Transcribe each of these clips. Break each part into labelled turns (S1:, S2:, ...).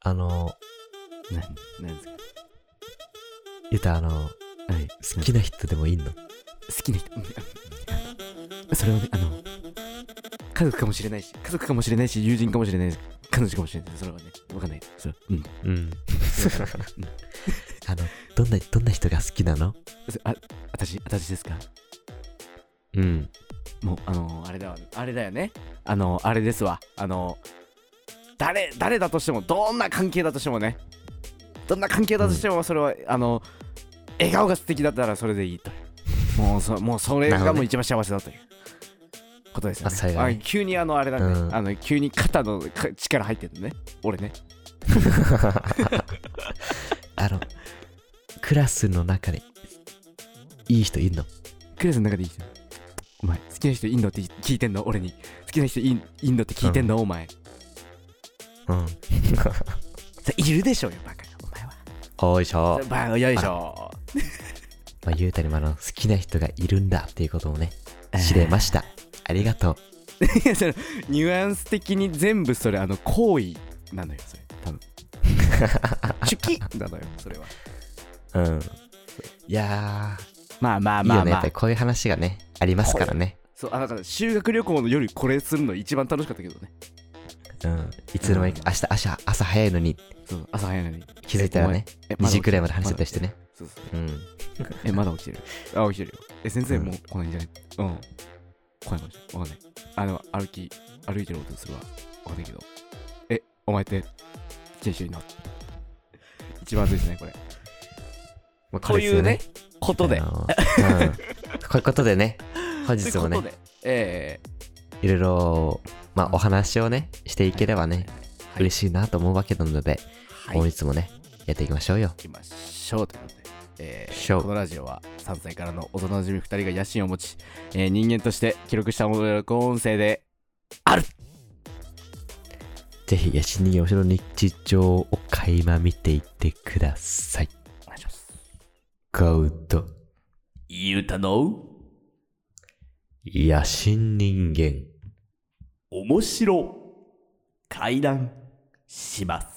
S1: あの、
S2: 何何ですか
S1: 言うたらあの、
S2: はい。
S1: 好きな人でもいいの
S2: 好きな人。うんあ それはね、あの、家族かもしれないし、家族かもしれないし、友人かもしれないし、彼女かもしれない。それはね、わかんない。それは う
S1: う
S2: ん。
S1: ん。あの、どんな、どんな人が好きなの
S2: そあ、私、私ですか
S1: うん。
S2: もう、あの、あれだわ、あれだよね。あの、あれですわ。あの、誰、誰だとしても、どんな関係だとしてもね、どんな関係だとしても、それは、あの、笑顔が素敵だったらそれでいいという。も う、そもうそれ
S1: なるほ
S2: が
S1: どね
S2: もう一番幸せだという。ことですよ
S1: あそれ
S2: ね。
S1: がね
S2: あ急にあのあれだね、
S1: うん
S2: あの急に肩のか力入ってるね。俺ね。
S1: あの、クラスの中に、いい人いんの
S2: クラスの中でいい人お前好きな人インドって聞いてんの俺に好きな人インインドって聞いてんの、お前
S1: うん。
S2: さいるでしょうよバカお前は
S1: おいしょ。
S2: バカよいしょ
S1: まあ、ゆうたにもあの、好きな人がいるんだっていうことをね、知れました。ありがとう。
S2: いやそのニュアンス的に全部それあの行為なのよそれ多分チュキなのよそれは
S1: うん。 いや
S2: まあま
S1: ー、
S2: あ
S1: いい
S2: ま
S1: よ
S2: あ
S1: ね。やっ
S2: まあ
S1: ぱりこういう話がね、ありますからね。
S2: そうあだから修学旅行の夜これするの一番楽しかったけどね
S1: うん。いつの間にか、明日、朝、朝早いのに
S2: そう朝早いのに
S1: 気づいたらね、
S2: え
S1: 2
S2: まだ
S1: 時くらいまで話してたりしてね。
S2: そうそう
S1: うん。
S2: え、まだ起きてる。あ、起きてるよ。え、先生
S1: うん
S2: もう来ないんじゃないうん。来ないかもしれない。わかんない。あの、歩き、歩いてる音するわ。わかんないけど。え、お前って、じゃあ一緒に乗って。一番熱いですね、これ。
S1: まあ
S2: というね、こ
S1: こと
S2: で。
S1: うん。こういうことでね、 本日もね
S2: ということ、で。え
S1: いろいろ、まあ、お話をね、してい
S2: ー
S1: ければね、、
S2: はい
S1: 嬉しいなと思うわけなので、
S2: はい。は
S1: 本
S2: い、行
S1: 日もね、やっていきましょうよ。
S2: きましょう。ということで。え
S1: しょ
S2: ー、
S1: う
S2: このラジオは3歳からの大人のじみ2人が野心を持ち、えー人間として記録したものや録音音声で
S1: ぜひ、ヤシニヨシの日常を垣間見ていってください。
S2: お願いします。
S1: ゴード、
S2: ゆうたの
S1: 野心人間。
S2: 面白会談します。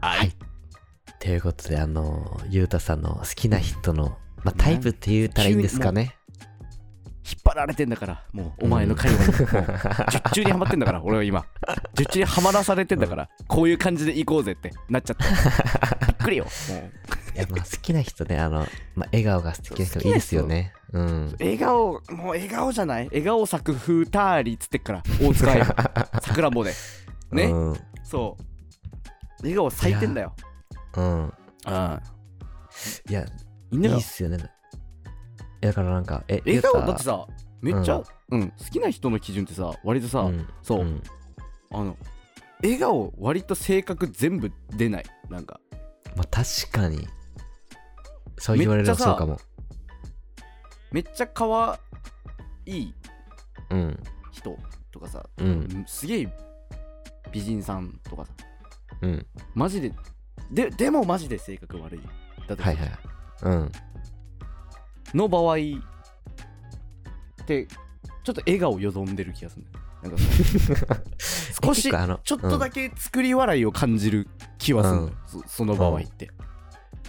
S2: はい。
S1: ということで、あの、ゆうたさんの好きな人の、まあ、タイプって言ったらいいんですかね。
S2: 引っ張られてんだから、もうお前の会話に、もう術中にはまってんだから、俺は今。術中にはまらされてんだから、こういう感じで行こうぜってなっちゃった。びっくりよ。もう
S1: いや、まあ、好きな人ね、あの、まあ、笑顔が素敵な人いいですよね。うん。
S2: 笑顔、もう笑顔じゃない笑顔作風たーりっつってっから、大塚愛桜棒で。ね、
S1: うん。
S2: そう。笑顔咲いてんだよ。
S1: うん。
S2: うん。
S1: いや、
S2: みん
S1: い
S2: ないが
S1: っすよね。えだからなんか、え、
S2: 笑
S1: ゆう
S2: 顔
S1: た
S2: だってさ、めっちゃ、うん、好きな人の基準ってさ、割とさ、
S1: うん、
S2: そう、
S1: ん
S2: あの、笑顔、割と性格全部出ない。なんか、
S1: まあ確かに。そう言われる
S2: めっ
S1: ば
S2: ちゃ
S1: そ
S2: さ
S1: うかも。
S2: めっちゃ可愛い
S1: うん。
S2: 人とかさ、
S1: うん。
S2: すげえ美人さんとかさ、
S1: うん。
S2: マジで、で、でもマジで性格悪い。だって
S1: はいはい。うん。
S2: の場合ってちょっと笑顔よどんでる気がするんだよなんかその少
S1: え結
S2: し
S1: 構あの
S2: ちょっとだけ作り笑いを感じる気はするんだよ、そその場合って、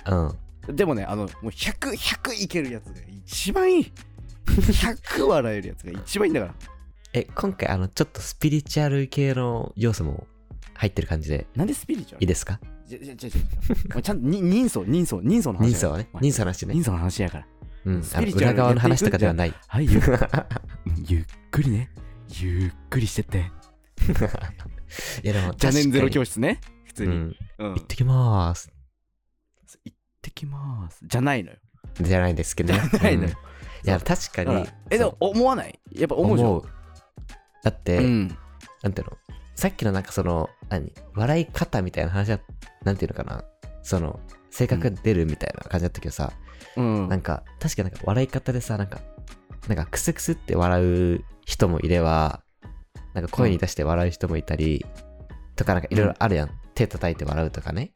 S1: うん。うん
S2: でもねあのもう100100いけるやつが一番いい100笑えるやつが一番いいんだから
S1: え、今回、あの、ちょっとスピリチュアル系の要素も入ってる感じで
S2: なんでスピリチ
S1: い
S2: ュア
S1: い
S2: ル
S1: ですか
S2: じゃじゃじゃじゃお前ちゃんとに人相人相人相の
S1: 人
S2: 話だ
S1: 相
S2: か
S1: は
S2: ら
S1: ね。
S2: お前
S1: 人相の話ね
S2: 人。相の話やから
S1: うん。
S2: ス
S1: あ
S2: ピ
S1: の
S2: リチュ
S1: 裏
S2: アルで
S1: 側の話とかではない。
S2: はいゆっ ゆっくりねゆっくりしてって
S1: いや、でも、
S2: じゃねんゼロ教
S1: 室。
S2: 室ね普通
S1: う
S2: に、
S1: ん。
S2: うん
S1: 行ってきまーす。
S2: そう行ってきますじゃないのよ
S1: じゃないですけどね。
S2: ない
S1: うん
S2: の
S1: い
S2: よ、
S1: や、確か
S2: だから
S1: に。
S2: えでも
S1: そ
S2: 思わないやっぱ
S1: う、
S2: 思うじゃん
S1: 思う。だって、
S2: うん
S1: なんていうのさっきのなんかその、何笑い方みたいな話は、なんていうのかなその、性格が出るみたいな感じだったけどさ、
S2: うん
S1: なんか、確かなんか笑い方でさ、なんか、なんかクスクスって笑う人もいれば、なんか声に出して笑う人もいたり、とかなんかいろいろあるやん。手叩いて笑うとかね。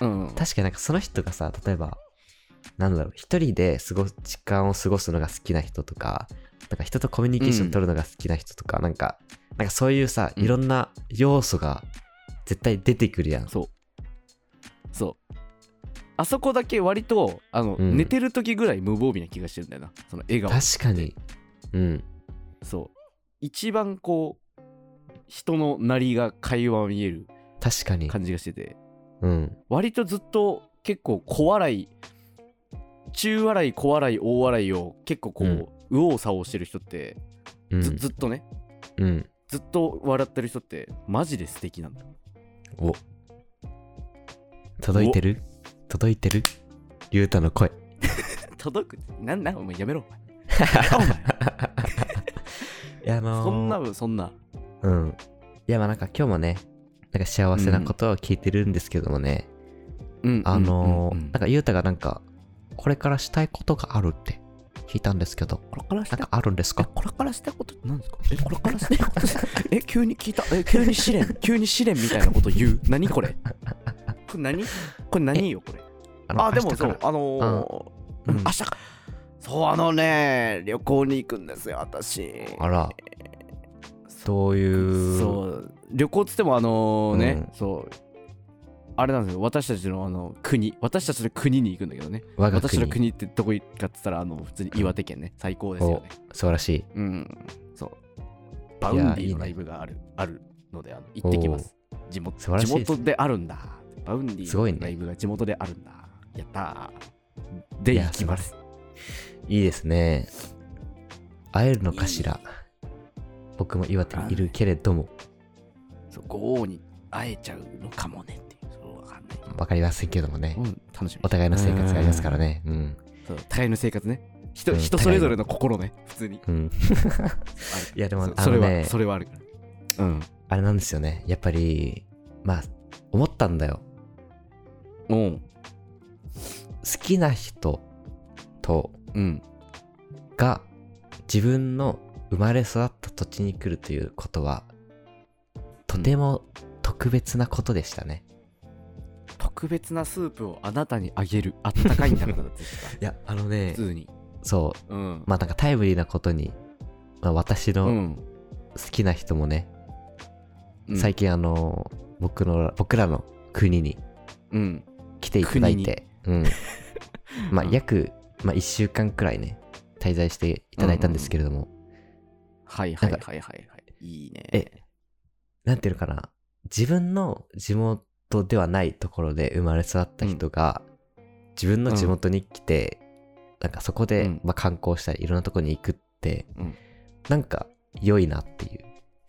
S2: うんうん
S1: 確かになんかその人がさ例えばなんだろう一人で過ごす時間を過ごすのが好きな人とかなんか人とコミュニケーション取るのが好きな人とか、なんかなんかそういうさ
S2: うん
S1: いろんな要素が絶対出てくるやん、
S2: そうそうあそこだけ割とあの、
S1: うん
S2: 寝てる時ぐらい無防備な気がしてるんだよなその笑顔
S1: 確かにうん
S2: そう一番こう人のなりが会話を見える
S1: 確かに
S2: 感じがしてて
S1: うん
S2: 割とずっと結構小笑い中笑い小笑い大笑いを結構こう、
S1: うん
S2: 右往左往してる人って
S1: うん
S2: ず,、ずっとね
S1: うん
S2: ずっと笑ってる人ってマジで素敵なんだ
S1: お届いてる届いてるゆうたの声
S2: 届くなんなんお前 やめろお前お前
S1: いやあのー
S2: そんなそんな
S1: うん。いや、まあなんか今日もね、なんか幸せなことを聞いてるんですけどもね、
S2: うん
S1: あのー
S2: うんうんうん
S1: なんかゆうたがなんか、これからしたいことがあるって聞いたんですけど、
S2: これからし
S1: なん
S2: た
S1: かあるんです
S2: え
S1: か
S2: これからしたいことって何ですかえこれからしたいことえ急に聞いたえ急に試 練急に試練みたいなこと言う何これこれ何これ何よこれあでもそう、あのー
S1: 明日からうん
S2: 明日かそうあのね旅行に行くんですよ私
S1: あら、どういう、
S2: そう旅行っつってもあのね、
S1: う
S2: そうあれなんですよ私たちのあの国私たちの国に行くんだけどね
S1: 我が
S2: 私
S1: 国
S2: の国ってどこかっつったらあの普通に岩手県ね最高ですよね
S1: 素晴らしい。
S2: うんそうバウンディのライブがあるあるのであの行ってきます地元
S1: 素晴らしい
S2: 地
S1: ですね
S2: 元であるんだバウンディ
S1: すごいね
S2: のライブが地元であるんだやったーで
S1: いや
S2: 行きます
S1: いいですね。会えるのかしら僕も岩手にいるけれども、
S2: そう五王に会えちゃうのかもねっていうそうわかんない
S1: わかりませんけどもね、
S2: うん楽しみ
S1: お互いの生活がありますからね。うん。
S2: そう互いの生活ね人,、
S1: うん
S2: 人それぞれの心ね普通に
S1: うん。
S2: ある
S1: いやでも
S2: そ
S1: あ
S2: それ
S1: の
S2: は、
S1: ね
S2: それはあるからうん
S1: あれなんですよね。やっぱり、まあ、思ったんだよ。
S2: うん
S1: 好きな人と、
S2: うん
S1: が、自分の生まれ育った土地に来るということは、とても特別なことでしたね。
S2: 特別なスープをあなたにあげるあったかいんだ からだってさ
S1: いや、あのね
S2: 普通に
S1: そう、
S2: うん、
S1: まあなんかタイムリーなことに、まあ、私
S2: う
S1: の
S2: ん
S1: 好きな人もね、
S2: うん
S1: 最近あの、僕の、僕らの国に
S2: うん
S1: 来ていただい
S2: 国に
S1: て、うん。まあ
S2: うん
S1: 約、まあ1週間くらいね、滞在していただいたんですけれども、
S2: はいはいはいはいはいいいね
S1: えなんていうのかな自分の地元ではないところで生まれ育った人が、自分の地元に来て、なんかそこで、
S2: うん
S1: まあ、観光したりいろんなとこに行くって、
S2: うん
S1: なんか良いなっていう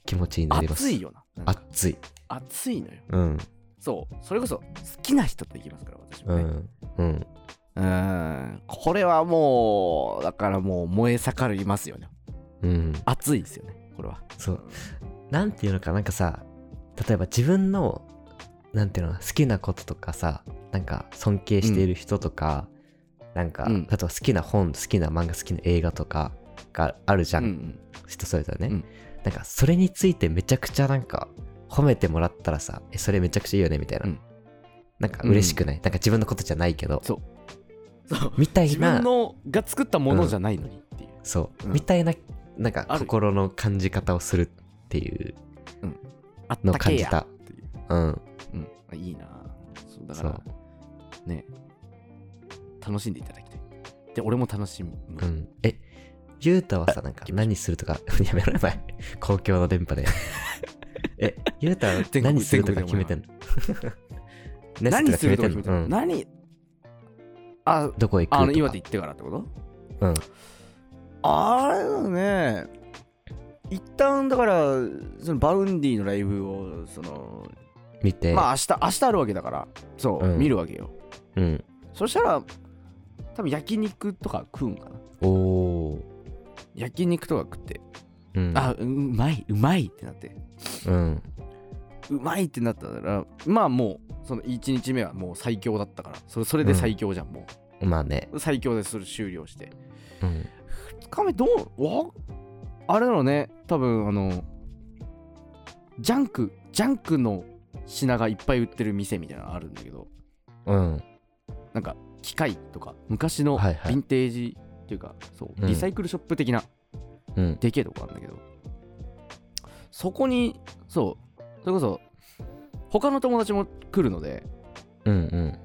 S1: 気持ちになります
S2: 暑いよななんか
S1: 暑い
S2: 暑いのよ
S1: うん
S2: そうそれこそ好きな人と行きますから私
S1: う
S2: もね、
S1: んうん
S2: うんこれはもうだからもう燃え盛りますよね
S1: うん
S2: 熱いですよねこれは
S1: そうなんていうのかなんかさ例えば自分のなんていうの好きなこととかさなんか尊敬している人とか、なんか、
S2: うん
S1: あとは好きな本好きな漫画好きな映画とかがあるじゃん、
S2: うん
S1: 人それぞれね、
S2: うん
S1: なんかそれについてめちゃくちゃなんか褒めてもらったらさえそれめちゃくちゃいいよねみたいな、
S2: うん
S1: なんか嬉しくない、なんか自分のことじゃないけど
S2: そうそう
S1: みたい
S2: 自分
S1: な
S2: のが作ったものじゃないのにっていう、
S1: そう、
S2: うん
S1: みたいななんか
S2: ある
S1: 心の感じ方をするっていう
S2: あっ
S1: のを
S2: た
S1: 感
S2: け
S1: じ
S2: や
S1: た
S2: っていう、
S1: うん
S2: うん、あいいなそうだから
S1: そ
S2: ね楽しんでいただきたいで俺も楽しむ、
S1: うんえゆうたはさなんか何するとか やめられない公共の電波で えゆうたは
S2: 全国
S1: 何するとか決めてんの
S2: 何するとか決めてる、
S1: のうん
S2: 何あ
S1: どこ行くとか
S2: あの岩手行ってからってこと
S1: うん
S2: あれだね一旦だからそのバウンディのライブをその
S1: 見て、
S2: まあ明日明日あるわけだからそう、
S1: うん
S2: 見るわけよ
S1: うん
S2: そしたら多分焼肉とか食うんかな
S1: おお
S2: 焼肉とか食って、
S1: うん、
S2: あうまいうまいってなって
S1: うん、
S2: うまいってなったらまあもうその1日目はもう最強だったからそれそれで最強じゃん、も
S1: まあね、
S2: う最強でそれ終了して
S1: うん、
S2: 2日目どうわあれだろうね多分あのジャンクジャンクの品がいっぱい売ってる店みたいなのあるんだけど
S1: うん。
S2: なんか機械とか昔の
S1: はい
S2: ヴ
S1: はい
S2: ィンテージっていうか、そう
S1: うん
S2: リサイクルショップ的な
S1: うん。
S2: でけえとこあるんだけどそこにそうそれこそ他の友達も来るので
S1: うんうん。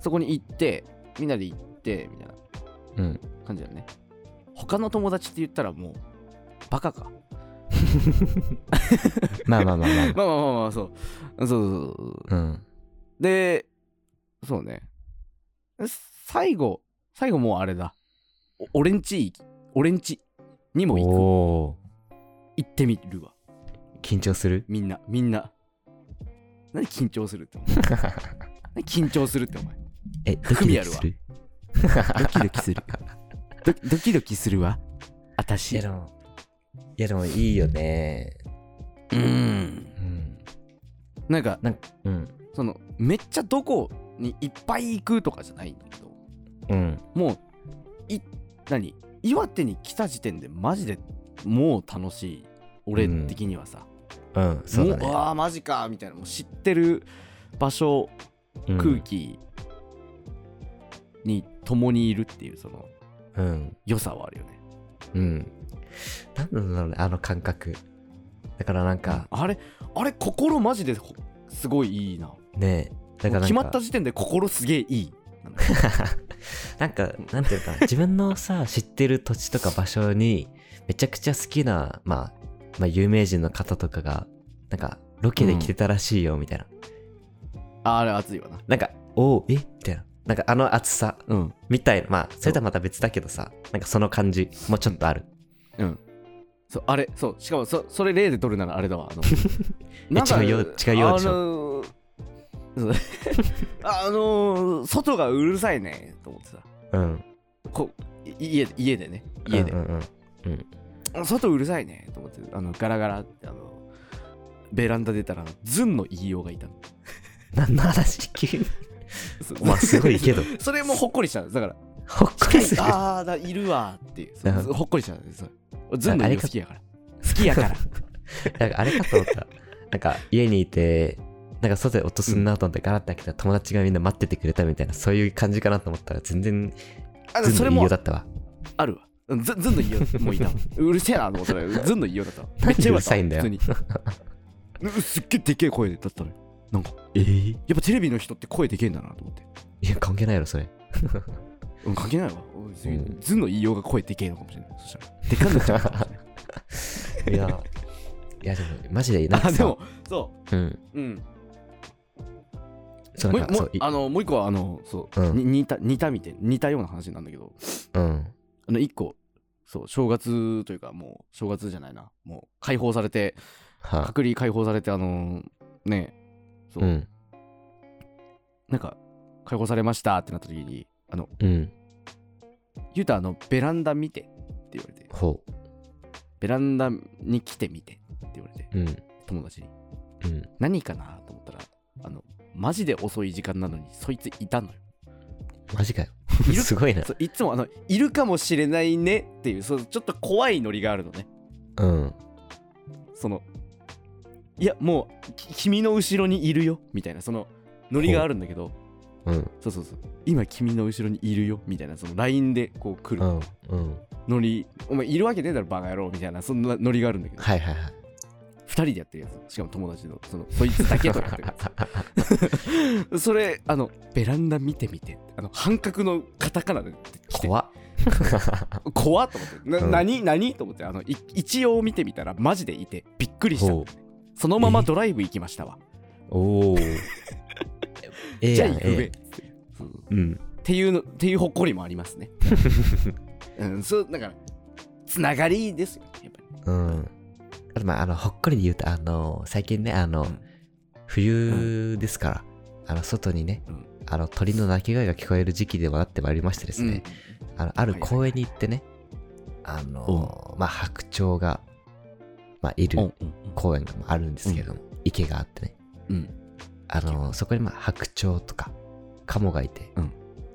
S2: そこに行ってみんなで行ってみたいな
S1: うん。
S2: 感じだよね他の友達って言ったらもうバカか
S1: まあまあまあまあま
S2: まあまあまあまあそうそうそうそうそう
S1: あ。 うん。
S2: でそうね最後最後もうあれだお俺んち俺んちにも行く
S1: お
S2: 行ってみるわ
S1: ー緊張する
S2: みんなみんな何緊張するってお前 何緊張するってお前
S1: え、ドキドキする
S2: ドキド キするドドキドキするわ
S1: い
S2: 私
S1: やでも、いやでもいいよね。
S2: うん
S1: うん。
S2: なんか
S1: なんか、うん。
S2: そのめっちゃどこにいっぱい行くとかじゃないんだけど
S1: うん。
S2: もうい何岩手に来た時点でマジでもう楽しい俺的にはさ、
S1: うん。そうだ
S2: もう
S1: ね。
S2: あーマジかみたいなもう知ってる場所
S1: うん
S2: 空気に共にいるっていうその
S1: うん。
S2: 良さはあるよね
S1: うん。なんなんだろうね、あの感覚。だからなんか、
S2: あれあれ心マジでほすごいいいな
S1: ねえ、だからなんか、
S2: 決まった時点で心すげえいいな んか
S1: なんか、なんていうのかな、 自分のさ、知ってる土地とか場所に、めちゃくちゃ好きな、まあ、まあ、有名人の方とかが、なんか、ロケで来てたらしいよ、みたいな。
S2: ああれ熱いわな
S1: なんか、おお、えみたいな。なんか、あの暑さ、
S2: うん
S1: みたいな。まあ、それとはまた別だけどさ、なんかその感じもちょっとある。
S2: うんそうあれそうしかもそそれ例で取るならあれだわあ の
S1: 違うよ違うよでしょ
S2: あのーそう あのー外がうるさいねと思ってさ
S1: うん。
S2: こい家で家でね家で
S1: うん、うんうん。
S2: 外うるさいねと思ってあのガラガラってあのベランダ出たらズンの言いようがいたの
S1: 何の話急に。
S2: そう
S1: まあ、すごいけど。
S2: それもほっこりしたのだから
S1: ほっこりする。
S2: ああだいるわーっていうそう
S1: うん
S2: ほっこりしたのそうズンの言いよう好きやから好きや から
S1: なんかあれかと思った。なんか家にいて、なんか外で音すんなと思ってガラッて開けたら友達がみんな待っててくれたみたいな、そういう感じかなと思ったら全然
S2: あ
S1: ずん
S2: そ
S1: の
S2: れ
S1: いい
S2: も
S1: よだったわ。
S2: あるわ。うんずずんの言いようもういた わ。うるせえなと思ったら、ずんの言いようだったわ。めっちゃよかったわ。
S1: なんでうる
S2: 普通 にうすっげえでけえ声でだったのよ。なんか、
S1: えー、
S2: やっぱテレビの人って声でけえんだなと思って。
S1: いや、関係ないやろ、それ。
S2: うん、関係ないわ。うんず
S1: うん
S2: ずんの言いようが声でけえのかもしれない。そしたら、でかんなっちゃうかもしれない。
S1: いや、いや、でも、マジでいいな。
S2: あ、でも、そ
S1: うん。
S2: う。うん。
S1: そう、
S2: も
S1: なんか、
S2: うも
S1: そう
S2: う、
S1: い
S2: あの、もう一個は、あの、そう、
S1: うん
S2: に似た、似たみたい、似たような話なんだけど、
S1: うん。
S2: あの、一個、そう、正月というか、もう、正月じゃないな。もう、解放されて、
S1: は
S2: 隔離解放されて、あの、ね、そう
S1: う、ん。
S2: なんか解放されましたってなった時に「あの
S1: うん。
S2: ゆうたあのベランダ見て」って言われて
S1: ほ
S2: 「ベランダに来てみて」って言われて
S1: う。うん。
S2: 友達に
S1: うん。
S2: 「何かな?」と思ったらあのマジで遅い時間なのにそいついたのよ
S1: マジかよ
S2: い。る
S1: すごいな。
S2: そういつもあの「いるかもしれないね」っていうそうちょっと怖いノリがあるのね
S1: うん。
S2: そのいやもうき君の後ろにいるよみたいなそのノリがあるんだけど
S1: うん。
S2: そうそうそう今君の後ろにいるよみたいなその LINE でこう来る
S1: うん。うん。
S2: ノリお前いるわけねえだろバカ野郎みたいなそんなノリがあるんだけど
S1: はいはいはい。
S2: 2人でやってるやつしかも友達のそのそいつだけとやってるやつそれあのベランダ見てみてあの半角のカタカナで来て
S1: 怖っ。
S2: 怖っと思ってな、
S1: うん
S2: 何何と思ってあのい一応見てみたらマジでいてびっくりした
S1: ほう
S2: そのままドライブ行きましたわ
S1: おお。 ええ
S2: じゃ
S1: や
S2: あ
S1: ん
S2: 行く
S1: ええ
S2: べ
S1: や
S2: っ
S1: ん
S2: てそう
S1: うん。
S2: っていうのっていうほっこりもありま すねうんそうだからつながりですよやっぱり
S1: うん。あとまあ、あの、ほっこりで言うと、あの、最近ね、あの、
S2: うん
S1: 冬ですから、あの、外にね、
S2: うん
S1: あの、鳥の鳴き声が聞こえる時期でもなってまいりましてですね、あの、ある公園に行ってね、あの、まあ、白鳥が、まあ、い
S2: うん
S1: る公園があるんですけれども、池があってね、
S2: うん
S1: あの、そこにまあ、白鳥とか、カモがいて、
S2: うん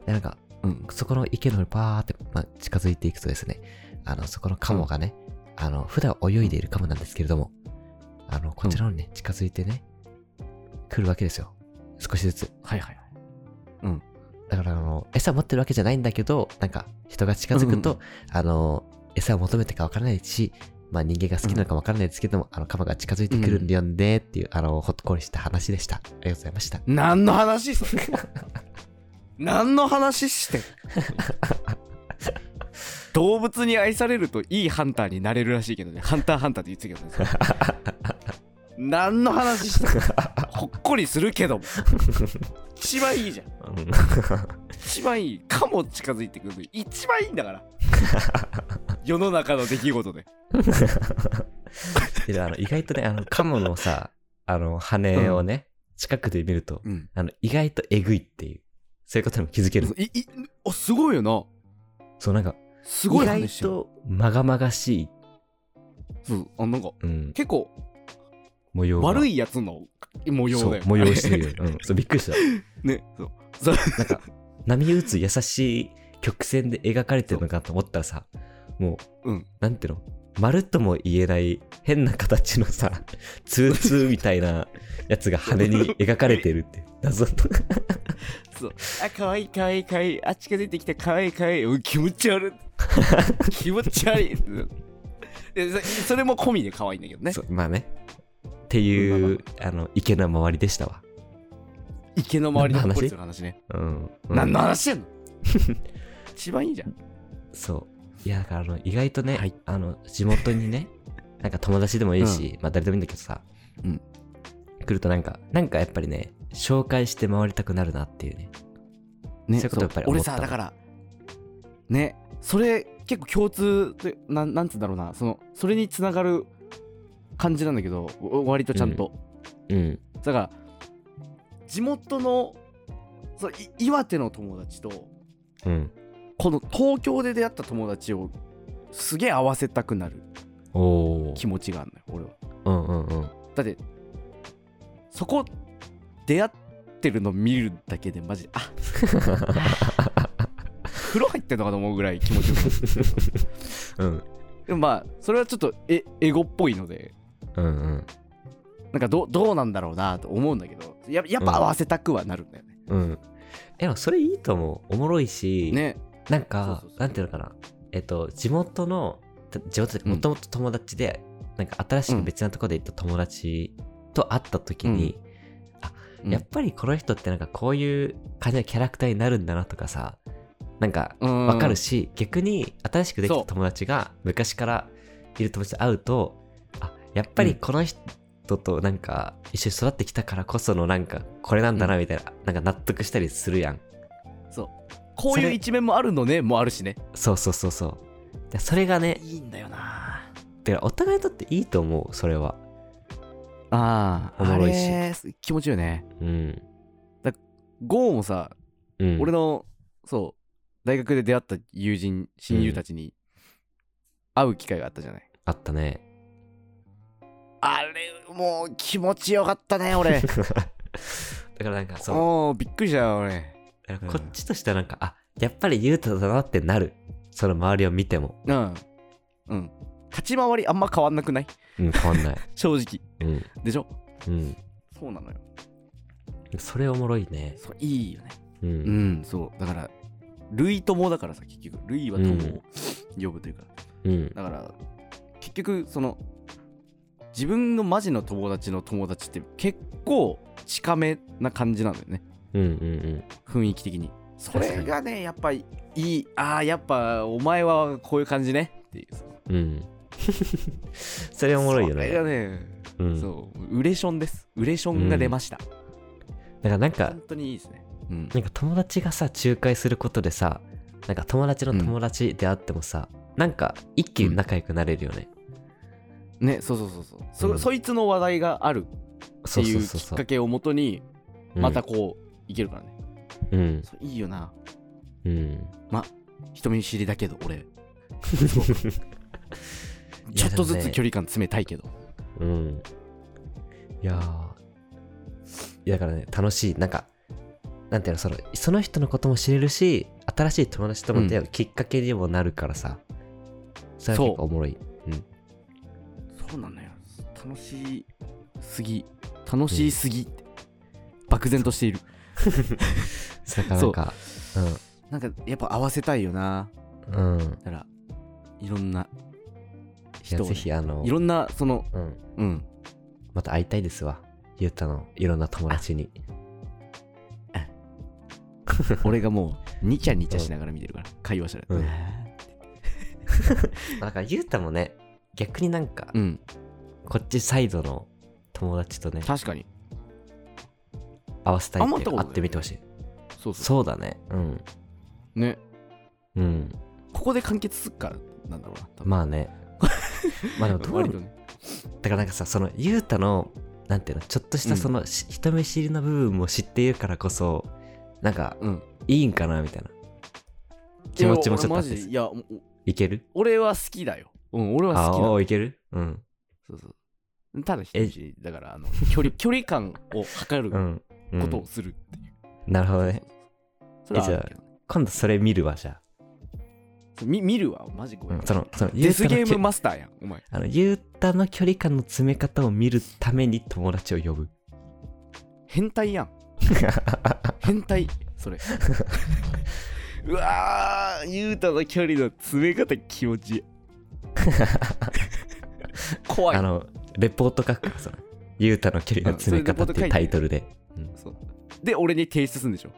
S1: で、なんか、
S2: うん
S1: そこの池の方にバーって、まあ、近づいていくとですね、あの、そこのカモがね、あの、普段泳いでいるカモなんですけれども、あの、こちらの方にね、近づいてね、来るわけですよ。少しずつ。
S2: はいはいはいうん
S1: だからあの餌持ってるわけじゃないんだけどなんか人が近づくと、
S2: うん
S1: あの餌を求めてかわからないし、まあ、人間が好きなのかわからないですけども、あのカマが近づいてくるんでよんでっていう、あのほっこりした話でしたありがとうございました
S2: 何の 話それ何の話してん動物に愛されるといいハンターになれるらしいけどねハンターハンターって言ってたけどね それ何の話してんほっこりするけども一番いいじゃん一番いいかも近づいてくるの一番いいんだから 世の中の出来事で
S1: であの意外とねあのカモのさあの羽をね、近くで見ると
S2: うん
S1: あの意外とえぐいっていうそういうことにも気づける
S2: いいあすごいよな
S1: そうなんか
S2: すごい
S1: 意外
S2: 話してる
S1: とまがまがしい、
S2: そうあなんか
S1: うん、
S2: 結構
S1: 模様が
S2: 悪いやつの模様だよ
S1: そう模様してるよ、うん、そうびっくりした
S2: ねそうそ
S1: なんか波打つ優しい曲線で描かれてるのかと思ったらさもう、
S2: うん
S1: なんていうの丸とも言えない変な形のさ ツーツーみたいなやつが羽 に描かれてるっていう謎の
S2: そうあ可愛い可愛い可愛いあ近づいてきた可愛い可愛いうん気持ち 悪い気持ち悪いでそそれも込みで可愛いんだけどね
S1: そうまあねっていう、あの池の周りでしたわ
S2: 池の周りのポリスの話ね
S1: うん、うん、
S2: 何の話してんの一番いいじゃん
S1: そういやだからあの意外とね、
S2: はい
S1: あの地元に ねなんか友達でもいいし、まあ誰でもいいんだけどさ、
S2: うん
S1: 来るとなんかなんかやっぱりね紹介して回りたくなるなっていうね
S2: ね、
S1: そういうことやっぱり
S2: そう
S1: 思
S2: 俺
S1: った
S2: さだからねそれ結構共通でなんなんつうんだろうなそのそれにつながる感じなんだけどお割とちゃんと、
S1: うん
S2: だから地元のそうい岩手の友達と
S1: うん
S2: この東京で出会った友達をすげえ合わせたくなる
S1: おお
S2: 気持ちがあるのよ俺は
S1: うんうんうん
S2: だってそこ出会ってるの見るだけでマジで あ風呂入ってんのかと思うぐらい気持ちよくなる
S1: うん
S2: でもまあそれはちょっとえエゴっぽいので
S1: うんうん
S2: なんかどどうなんだろうなと思うんだけどややっぱ合わせたくはなるんだよね。
S1: うんでもそれいいと思うおもろいし、
S2: ね
S1: なんか
S2: そうそうそう
S1: なんていうのかなえっと地元のた地元で
S2: うん
S1: もともと友達で、なんか新しく別なとこで行った友達と会った時に、
S2: うん
S1: やっぱりこの人ってなんかこういう感じのキャラクターになるんだなとかさなんか
S2: うん
S1: わかるし、逆に新しくでき
S2: そ
S1: た
S2: う
S1: 友達が昔からいる友達と会うとあやっぱりこの人となんか一緒に育ってきたからこそのなんかこれなんだなみたいな,、なんか納得したりするやん
S2: こう
S1: そ
S2: いう
S1: れ
S2: 一面もあるのねもあるしね。
S1: そうそうそうそうでそれがね
S2: いいんだよな。
S1: だからお互いにとっていいと思うそれは
S2: ああ
S1: おもろいし
S2: あれ気持ちいいよね。
S1: うん、
S2: ゴーもさ、
S1: うん、
S2: 俺のそう大学で出会った友人親友たちに会う機会があったじゃない。
S1: あったね
S2: あれもう気持ちよかったね 俺。
S1: だからなんかそう
S2: おーびっくりしたよ俺。
S1: だからこっちとしてはなんか、あやっぱりユータだなってなるその周りを見ても
S2: うん。うん。立ち回りあんま変わんなくない
S1: うん変わん ない
S2: 正直。
S1: うん
S2: でしょ
S1: うん
S2: そうなのよ。
S1: それおもろいね
S2: そういいよね。
S1: うん、
S2: うん、そう。だから、類友だからさ、結局。類は友を呼ぶというか。
S1: うん
S2: だから、結局、その、自分のマジの友達の友達って結構近めな感じなんだよね。
S1: うんうん
S2: 雰囲気的に。そ
S1: 確か
S2: れ
S1: に
S2: がね、やっぱいい。ああ、やっぱお前はこういう感じね。っていう。
S1: うんうん それおもろいよ
S2: それが
S1: ね
S2: ね、
S1: うんだか
S2: そう、ウレションです。ウレションが出ました。
S1: らなんか
S2: 本当にいいですね。うん。
S1: なんか友達がさ仲介することでさなんか友達の友達であってもさ、なんか一気に仲良くなれるよね、
S2: ね、そうそうそうそう。そ、
S1: うん
S2: そいつの話題があるって
S1: そう
S2: い
S1: そうう
S2: き
S1: そう
S2: っ
S1: そ
S2: か
S1: う
S2: けをもとに、
S1: うん
S2: またこう、いけるからね。
S1: うん
S2: そういいよな。
S1: うん
S2: 人見知りだけど、 俺。
S1: い
S2: ちょ
S1: や
S2: っとず
S1: でも
S2: つ
S1: ね
S2: 距離感詰めたいけど。
S1: うん。いやーいやだからね、楽しい。なんか、なんていうの、その、その人のことも知れるし、新しい友達とも出会ううきっかけにもなるからさ。それは結構おもろい。
S2: そうなのよ。楽しすぎ。楽しすぎ。漠然としている。
S1: だからなんか
S2: なんかやっぱ合わせたいよな
S1: うんうん
S2: だからいろんない
S1: や
S2: 人をね
S1: ぜひあの
S2: いろんなその
S1: うん、
S2: うん
S1: また会いたいですわゆうたのいろんな友達に
S2: 俺がもうニチャニチャしながら見てるから会話してる
S1: う
S2: うんん、
S1: だからゆうたもね逆になんか、
S2: うん、
S1: こっちサイドの友達とね
S2: 確かに
S1: 合わせたい
S2: あんま
S1: っ
S2: 会ってたこと
S1: 会
S2: ない
S1: ってみてほしい
S2: そうそ
S1: そうだねうん
S2: うね
S1: うん
S2: ここで完結すっからなんだろうな多分
S1: まあ ねまあでもどう
S2: 割とね
S1: だからなんかさそのゆうたのなんていうのちょっとしたその、し人見知りの部分も知っているからこそなんか
S2: うん
S1: いいんかなみたいな気持ちもちょっとあっ
S2: いや俺マ
S1: て
S2: ジいやお
S1: いける
S2: 俺は好きだようん俺は
S1: あ
S2: 好きだ
S1: おいけるうん
S2: そうそうただ人見知りだからあの距離 距離感を測る
S1: う
S2: こ
S1: ん、うん
S2: とをするっていう、
S1: なるほどね
S2: それはある
S1: え
S2: けどね
S1: 今度それ見るわじゃ
S2: そうみ見るわマジご
S1: あ、
S2: め
S1: うんん、そのそのゆ
S2: デ
S1: うた
S2: ス
S1: の
S2: ゲーム
S1: き
S2: マスターやんお前
S1: あのゆうたの距離感の詰め方を見るために友達を呼ぶ
S2: 変 態やん変態それうわーゆうたの距離の詰め方気 持ちいい怖い
S1: あのレポート書くからそのゆうたの距離の詰め方っていうタイトルで、うん、
S2: そうで俺に提出するんでしょ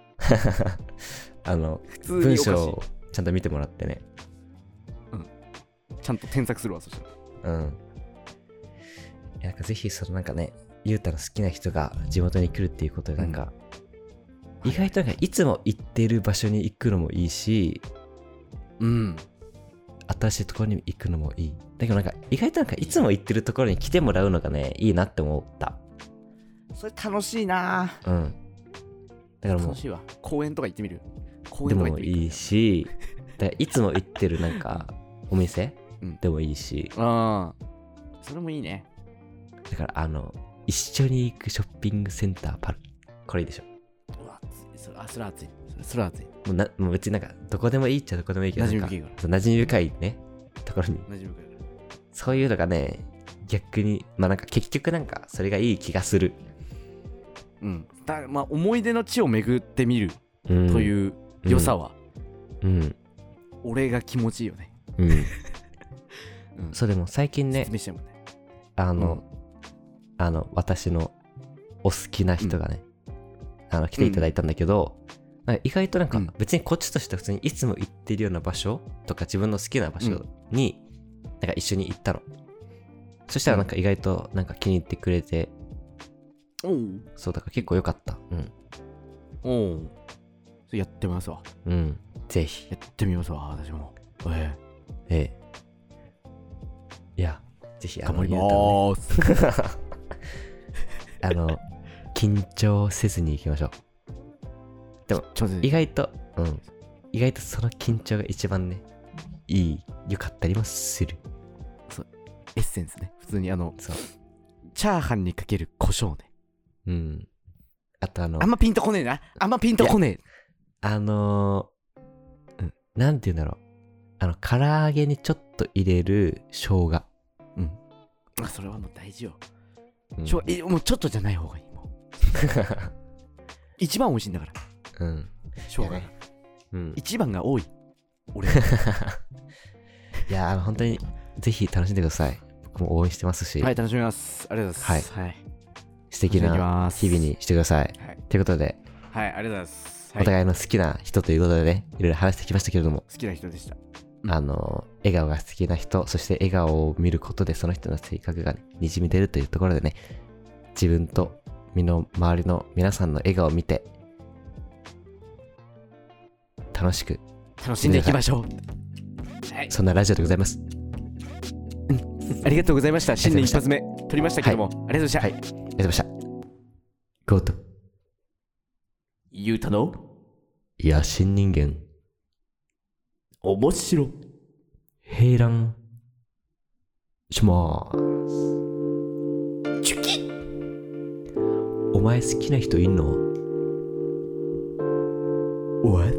S1: あの
S2: 普通におか
S1: 文
S2: しい
S1: 章をちゃんと見てもらってね
S2: ちゃんと添削するわそしたら
S1: うんいやなんかぜひそのなんかねゆうたの好きな人が地元に来るっていうことでなんか、
S2: うん
S1: 意外となんかいつも行ってる場所に行くのもいいし
S2: うん
S1: 新しいところにも行くのもいいだけどなんか意外となんかいつも行ってるところに来てもらうのがねいいなって思った
S2: それ楽しいな
S1: うんだからもう
S2: 楽しいわ公園とか行ってみる公
S1: で
S2: 園とか行っ
S1: も
S2: てみる
S1: いいしだからいつも行ってるなん かお店、
S2: うん
S1: でもいいし
S2: ああそれもいいね
S1: だからあの一緒に行くショッピングセンターパルこれいいでしょ
S2: うわ熱いそれあそれ熱いそれそれ熱い
S1: もうなもう別になんかどこでもいいっちゃどこでもいいけど
S2: 馴染み
S1: なんか
S2: 深いから
S1: そう馴染み深いねところに
S2: 馴染み深いから
S1: そういうのがね逆にまあなんか結局なんかそれがいい気がする、
S2: うんだまあ思い出の地を巡ってみる
S1: うん
S2: という良さは、
S1: うん
S2: 俺が気持ちいいよね、
S1: うん、
S2: うん、
S1: そうでも最近ね
S2: 説明してもんね
S1: あの、あの私のお好きな人がね、あの来ていただいたんだけど、なんか意外となんか
S2: うん
S1: 別にこっちとしては普通にいつも行ってるような場所とか自分の好きな場所になんか一緒に行ったの、そしたらなんか意外となんか気に入ってくれて
S2: おう
S1: そうだから結構良かったうん
S2: おうそれやってみますわ
S1: うんぜひ
S2: やってみますわ私もえ
S1: ええいやぜひ
S2: え
S1: あ
S2: 頑
S1: の
S2: 張り
S1: ゆう
S2: ま
S1: たの
S2: ーす
S1: ねあの緊張せずに行きましょう
S2: ちょっと待って
S1: 意外と、うん、意外とその緊張が一番ね、いい、良かったりもする。
S2: エッセンスね普通にあの
S1: そう。
S2: チャーハンにかける胡椒ね
S1: うん。あとあの
S2: あん、まピンとこねえなあんまピンとこね
S1: あのーうん、なんて言うんだろう。あの、唐揚げにちょっと入れる生姜。
S2: えあそれはもう大事よ
S1: うん
S2: しょうえもうちょっとじゃない方がいいもう一番美味しいんだから
S1: うん。
S2: 生姜が
S1: いやねうん。
S2: 一番が多い 俺
S1: いや、あの、本当に、ぜひ楽しんでください。僕も応援してますし、
S2: はい楽しみますありがとうございますはい、
S1: 素敵な
S2: 楽しみに行きます
S1: 日々にしてください。
S2: はい
S1: ということで、
S2: はい、ありがとうございます、は
S1: お
S2: い、
S1: 互いの好きな人ということでね、いろいろ話してきましたけれども、
S2: 好きな人でしたうん
S1: あの、笑顔が好きな人、そして笑顔を見ることでその人の性格がね、にじみ出るというところでね、自分と身の周りの皆さんの笑顔を見て、楽しく、
S2: 楽しんでいきましょうはい
S1: そんなラジオでございます。
S2: ありがとうございました新年一発目撮りましたけども、ありがとうございました、
S1: はいありがとうございました。ゴート。
S2: ゆうたの
S1: 野心人間、
S2: 面白
S1: 平乱、しまー
S2: チュキ
S1: お前好きな人いんの
S2: おわっ